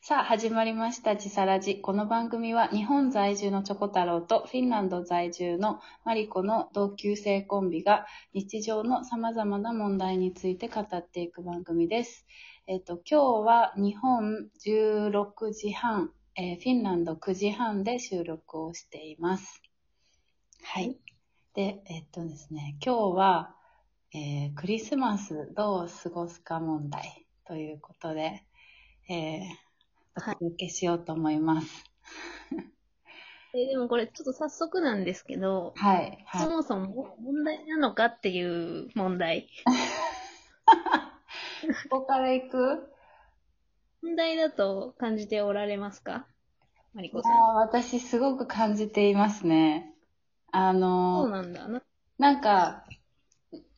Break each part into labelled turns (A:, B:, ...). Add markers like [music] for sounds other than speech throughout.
A: さあ、始まりました、ちさらじ。この番組は、日本在住のチョコ太郎と、フィンランド在住のマリコの同級生コンビが、日常の様々な問題について語っていく番組です。えっ、と、今日は、日本16時半、えーフィンランド9時半で収録をしています。はい。で、えっ、とですね、今日は、えークリスマスどう過ごすか問題ということで、えーお
B: はい
A: 届けしようと思います。
B: えーでもこれちょっと早速なんですけど、
A: はい。はい
B: そ。もそも問題なのかっていう問題。
A: ここから行く
B: 問題だと感じておられますかマリコさん。
A: あー私すごく感じていますね。あのー
B: そうなんだな。
A: なんか、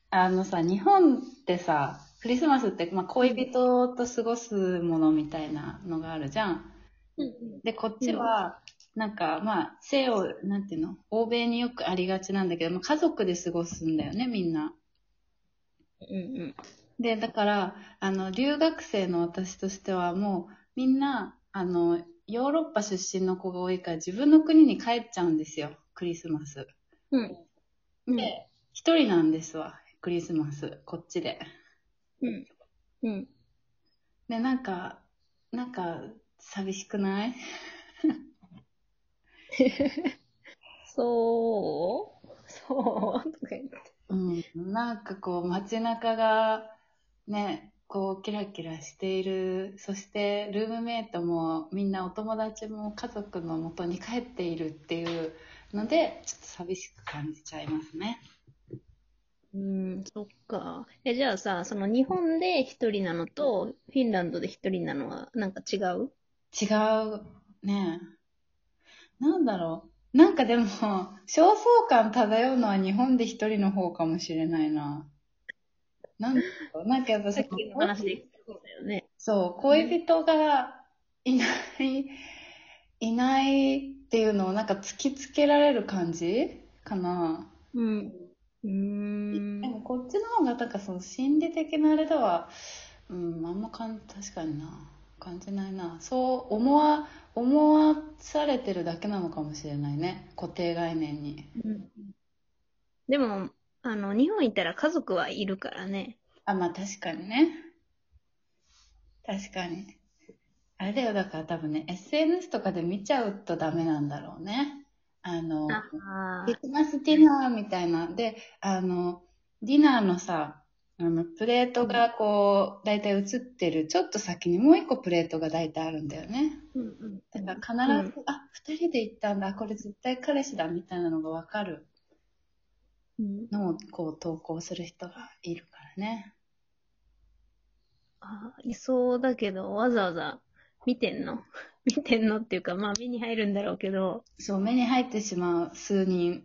A: あのさ、日本ってさ、クリスマスって、まあ、恋人と過ごすものみたいなのがあるじゃん。
B: うんうん
A: で、こっちは、なんか、まあ、西洋、なんていうの、欧米によくありがちなんだけど、まあ、家族で過ごすんだよね、みんな。
B: うんうん。
A: で、だから、あの、留学生の私としては、もう、みんな、あの、ヨーロッパ出身の子が多いから、自分の国に帰っちゃうんですよ、クリスマス。
B: うん。うん
A: で、一人なんですわ、クリスマス、こっちで。
B: うん。うん。 [laughs]
A: で、なんか、なんか、寂しくない
B: そうそうとか言って。
A: うん。なんかこう、街中が、ね、こう、キラキラしている。そして、ルームメイトも、みんなお友達も家族の元に帰っているっていうので、ちょっと寂しく感じちゃいますね。
B: うん、そっか。え、じゃあさ、その日本で一人なのと、フィンランドで一人なのはなんか違う
A: 違う、ねなんだろう。なんかでも、焦燥感漂うのは日本で一人の方かもしれないな。なんだろうなんかやっぱ
B: さ
A: そ
B: っきの話で言ってたんだよね。
A: そう、恋人がいない、いないっていうのをなんか突きつけられる感じかな。
B: うん。うーん
A: で。もこっちの方がなんかその心理的なあれでは、うん、あんまかん、確かにな。感じないな。そう思わ、思わされてるだけなのかもしれないね。固定概念に。
B: うんでも、あの、日本行ったら家族はいるからね。
A: あ、まあ確かにね。確かに。あれだよ、だから多分ね、SNS とかで見ちゃうとダメなんだろうね。あの、
B: あ
A: クリスマスディナーみたいな。で、あの、ディナーのさ、あの、プレートがこう、だいたい映ってる、ちょっと先にもう一個プレートがだいたいあるんだよね。
B: うんうん。
A: だから必ず、あ、二人で行ったんだ、これ絶対彼氏だ、みたいなのがわかる
B: うん、
A: のを、こう、投稿する人がいるからね。
B: あいそうだけど、わざわざ見てんの [laughs] 見てんのっていうか、まあ目に入るんだろうけど、
A: そう、目に入ってしまう数人。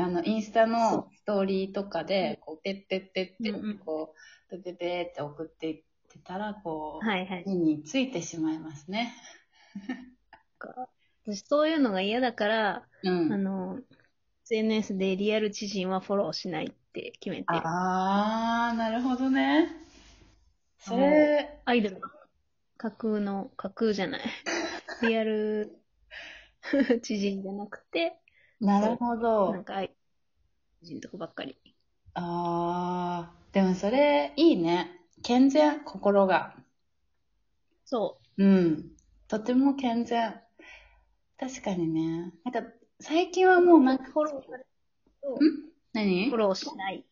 A: あの、インスタ
B: そ
A: のストーリーとかで、こう、ペッペッペッペッ
B: うんうん
A: こう、ペッペッペッって送っていってたら、こう、
B: はいはい。
A: 目についてしまいますね。
B: 私そういうのが嫌だから、
A: う
B: あ
A: ん。
B: の、SNS でリアル知人はフォローしないって決めて、
A: ああ、なるほどね。それ、
B: アイドルの架空の、架空じゃない。リアル [laughs] 知人じゃなくて、
A: なるほど
B: なん。かアイドル知人とかばっかり。
A: ああ、でもそれ、いいね。健全、心が。
B: そ
A: うん。とても健全。確かにね。なんか、最近はもう
B: う。
A: なんか、
B: フォローされ
A: ん何
B: フォローしない。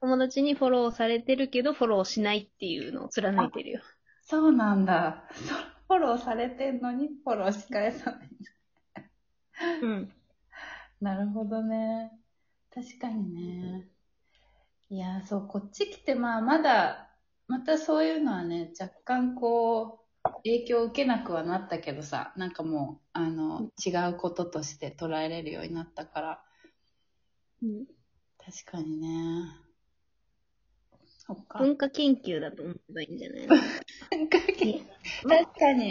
B: 友達にフォローされてるけど、フォローしないっていうのを貫いてるよ。
A: そうなんだ。 [laughs] そうフォローされてんのに、フォローし返さない。
B: うん。
A: なるほどね。確かにね。いやー、そう、こっち来て、まあ、まだ、またそういうのはね、若干こう、影響を受けなくはなったけどさ、なんかもう、あの、違うこととして捉えれるようになったから、
B: うん
A: 確かにね。そっか。 [laughs]
B: 文化研究だと思えばいいんじゃないの
A: 確かに。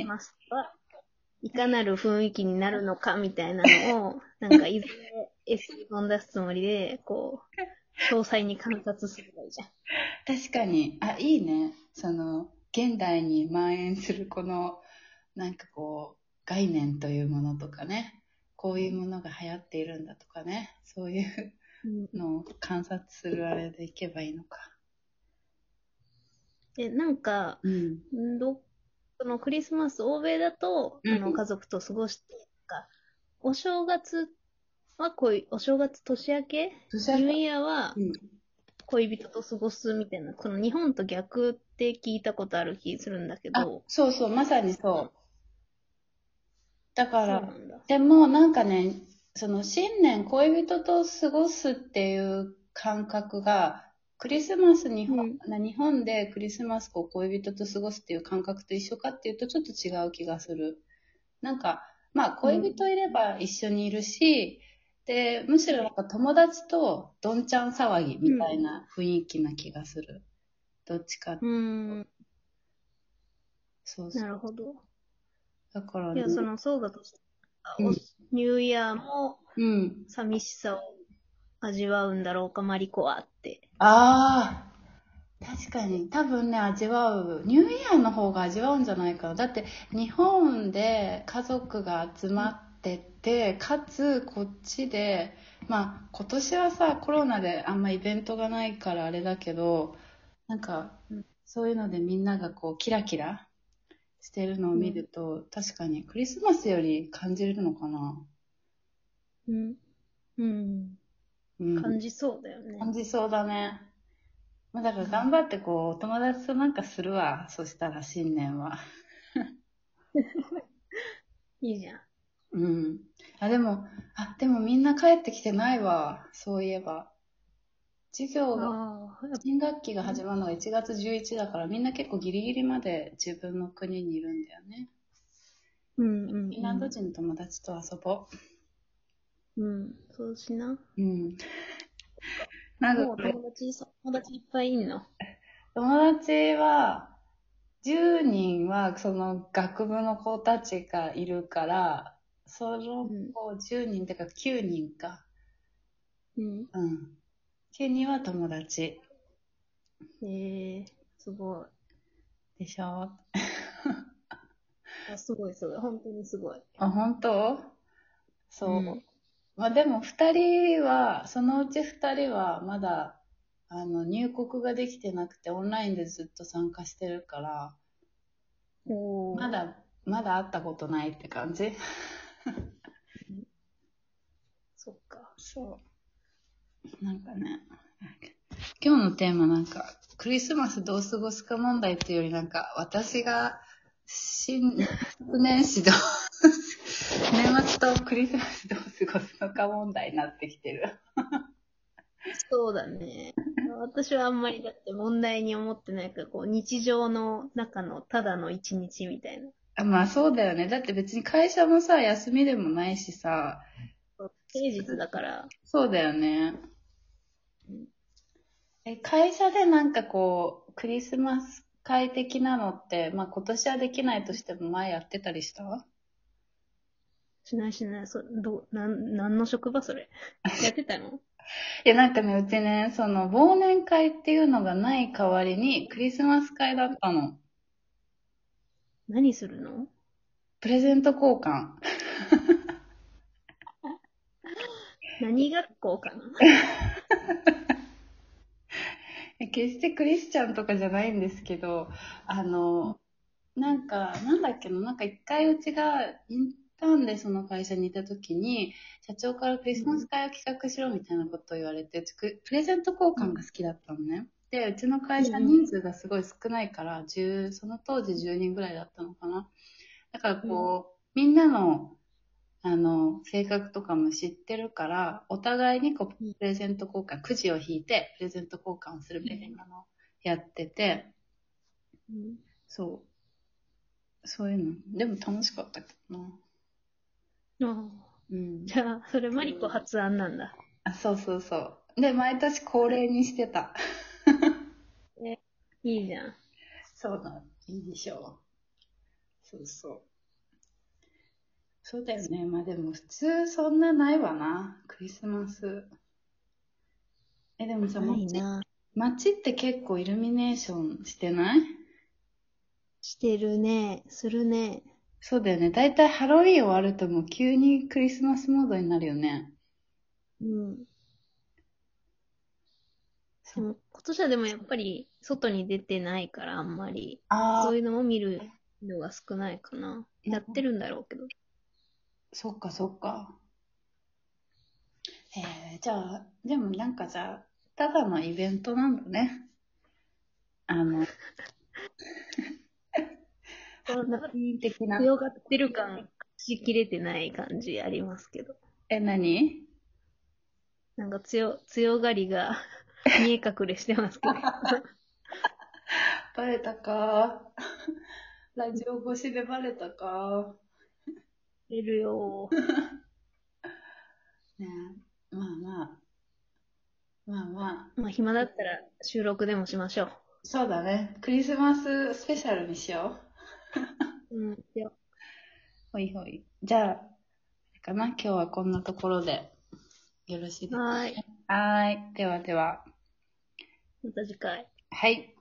B: マスターいかなる雰囲気になるのかみたいなのを、なんかいずれエッセイ本出すつもりで、こう、詳細に観察すればいいじゃん。
A: 確かに。あ、いいね。その、現代に蔓延するこの、なんかこう、概念というものとかね、こういうものが流行っているんだとかね、そういう
B: うん
A: のを観察するあれでいけばいいのか。
B: で、なんか、
A: うん。
B: んどそのクリスマス、欧米だと、あ
A: う
B: の、
A: ん
B: 家族と過ごして、なんか、お正月は恋、お正月年明け
A: 年
B: ニュー
A: 明
B: イヤーは
A: けうん。
B: 恋人と過ごすみたいな、この日本と逆って聞いたことある気するんだけ
A: あ
B: ど、、
A: そうそう、まさにそう。だ
B: そ
A: か
B: う
A: ら、
B: なんだ。
A: でもなんかね、その新年恋人と過ごすっていう感覚が、クリスマス日本、日本でクリスマスを恋人と過ごすっていう感覚と一緒かっていうとちょっと違う気がする。なんか、まあ恋人いれば一緒にいるし、で、むしろなんか友達とどんちゃん騒ぎみたいな雰囲気な気がする。どっちか、
B: うーん、
A: そうそう
B: な。るほど。
A: だから
B: い
A: ね
B: や、その、そうだとしたら、
A: うん
B: おニューイヤーも
A: うん。
B: 寂しさを味わうんだろうか、マリコはって。
A: ああ、確かに、多分ね、味わう、ニューイヤーの方が味わうんじゃないかな。だって、日本で家族が集まってて、かつ、こっちで、まあ、今年はさ、コロナであんまイベントがないからあれだけど、なんか
B: うん、
A: そういうのでみんながこう、キラキラしてるのを見ると、確かにクリスマスより感じれるのかな。
B: うん。うん。
A: うん。
B: 感じそうだよね。
A: 感じそうだね。まあ、だから頑張ってこう、お友達となんかするわ。そしたら新年は。
B: いいじゃん。
A: うん。あ、でも、あ、でもみんな帰ってきてないわ。そういえば。授業が、
B: ああ、やっぱ
A: 新学期が始まるのが1月11だから、みんな結構ギリギリまで自分の国にいるんだよね。
B: うんうん、
A: フィンランド人の友達と遊ぼ
B: うん、そうしな。
A: う。うん。なんか
B: もう友達、友達いっぱいいんの。
A: 友達は、10人はその学部の子たちがいるから、その子10人てか9人か。
B: うん。
A: うん。9人は友達
B: へえすごい。
A: でしょ
B: あ、すごいすごい。本当にすごい。
A: あ、本当そう。
B: うん
A: まあでも2人は、そのうち2人はまだ、あの、入国ができてなくて、オンラインでずっと参加してるから、
B: お
A: ま。だ、まだ会ったことないって感じ
B: そっか。
A: そう。なんかね、今日のテーマなんか、クリスマスどう過ごすか問題っていうよりなんか、私が、新年始どう、 [laughs] 年末とクリスマスどう過ごすのか問題になってきてる。
B: そうだね。私はあんまりだって問題に思ってないから、こう、日常の中のただの一日みたいな。
A: あまあそうだよね。だって別に会社もさ、休みでもないしさ、
B: そう平日だから。
A: そうだよね
B: うん。
A: え、会社でなんかこう、クリスマス会的なのって、まあ今年はできないとしても前やってたりした
B: しないしない、そ、ど、なん、なんの職場それ。やってたの
A: いや、なんかね、うちね、その、忘年会っていうのがない代わりに、クリスマス会だったの。
B: 何するの
A: プレゼント交換。
B: 何学校かな
A: え決してクリスチャンとかじゃないんですけど、あの、なんか、なんだっけな、なんか一回うちがインターンでその会社にいた時に、社長からクリスマス会を企画しろみたいなことを言われて、うちくプレゼント交換が好きだったのね。で、うちの会社
B: うん
A: 人数がすごい少ないから、10、その当時10人ぐらいだったのかな。だからこう、みんなの、あの、性格とかも知ってるから、お互いにこう、プレゼント交換、くじを引いて、プレゼント交換をするみたいなのをやってて、
B: うん
A: そう。そういうの。でも楽しかったけどな。
B: あ
A: うん
B: あ。じゃあ、それマリコ発案なんだ。
A: あ、そうそうそう。で、毎年恒例にしてた。 [laughs]
B: いいじゃん。
A: そうだ。いいでしょう。そうそう。そうだよね。まあでも普通そんなないわな。クリスマス。え、でもさ、
B: ない
A: 街
B: な。
A: 街って結構イルミネーションしてない
B: してるね。するね。
A: そうだよね。だいたいハロウィーン終わるともう急にクリスマスモードになるよね。
B: うん。でも今年はでもやっぱり外に出てないからあんまり、
A: あ
B: そう
A: あ、
B: いうのを見るのが少ないかな。
A: うん
B: やってるんだろうけど。
A: そっかそっか。えー、じゃあ、でもなんかじゃあ、ただのイベントなんだね。あの、ハロウィーン的な。
B: 強がってる感、しきれてない感じありますけど。
A: え、何
B: なんか強、強がりが [laughs] 見え隠れしてますけど。
A: バレたか。 [laughs] ラジオ越しでバレたか。
B: 出るよー。
A: ねえ、まあまあ。まあまあ。
B: まあ暇だったら収録でもしましょう。
A: そうだね。クリスマススペシャルにしよ
B: うん。では
A: う。ほいほい。じゃあ、あれかな今日はこんなところでよろしいですか
B: はーい。
A: はーい。ではでは。
B: また次回。
A: はい。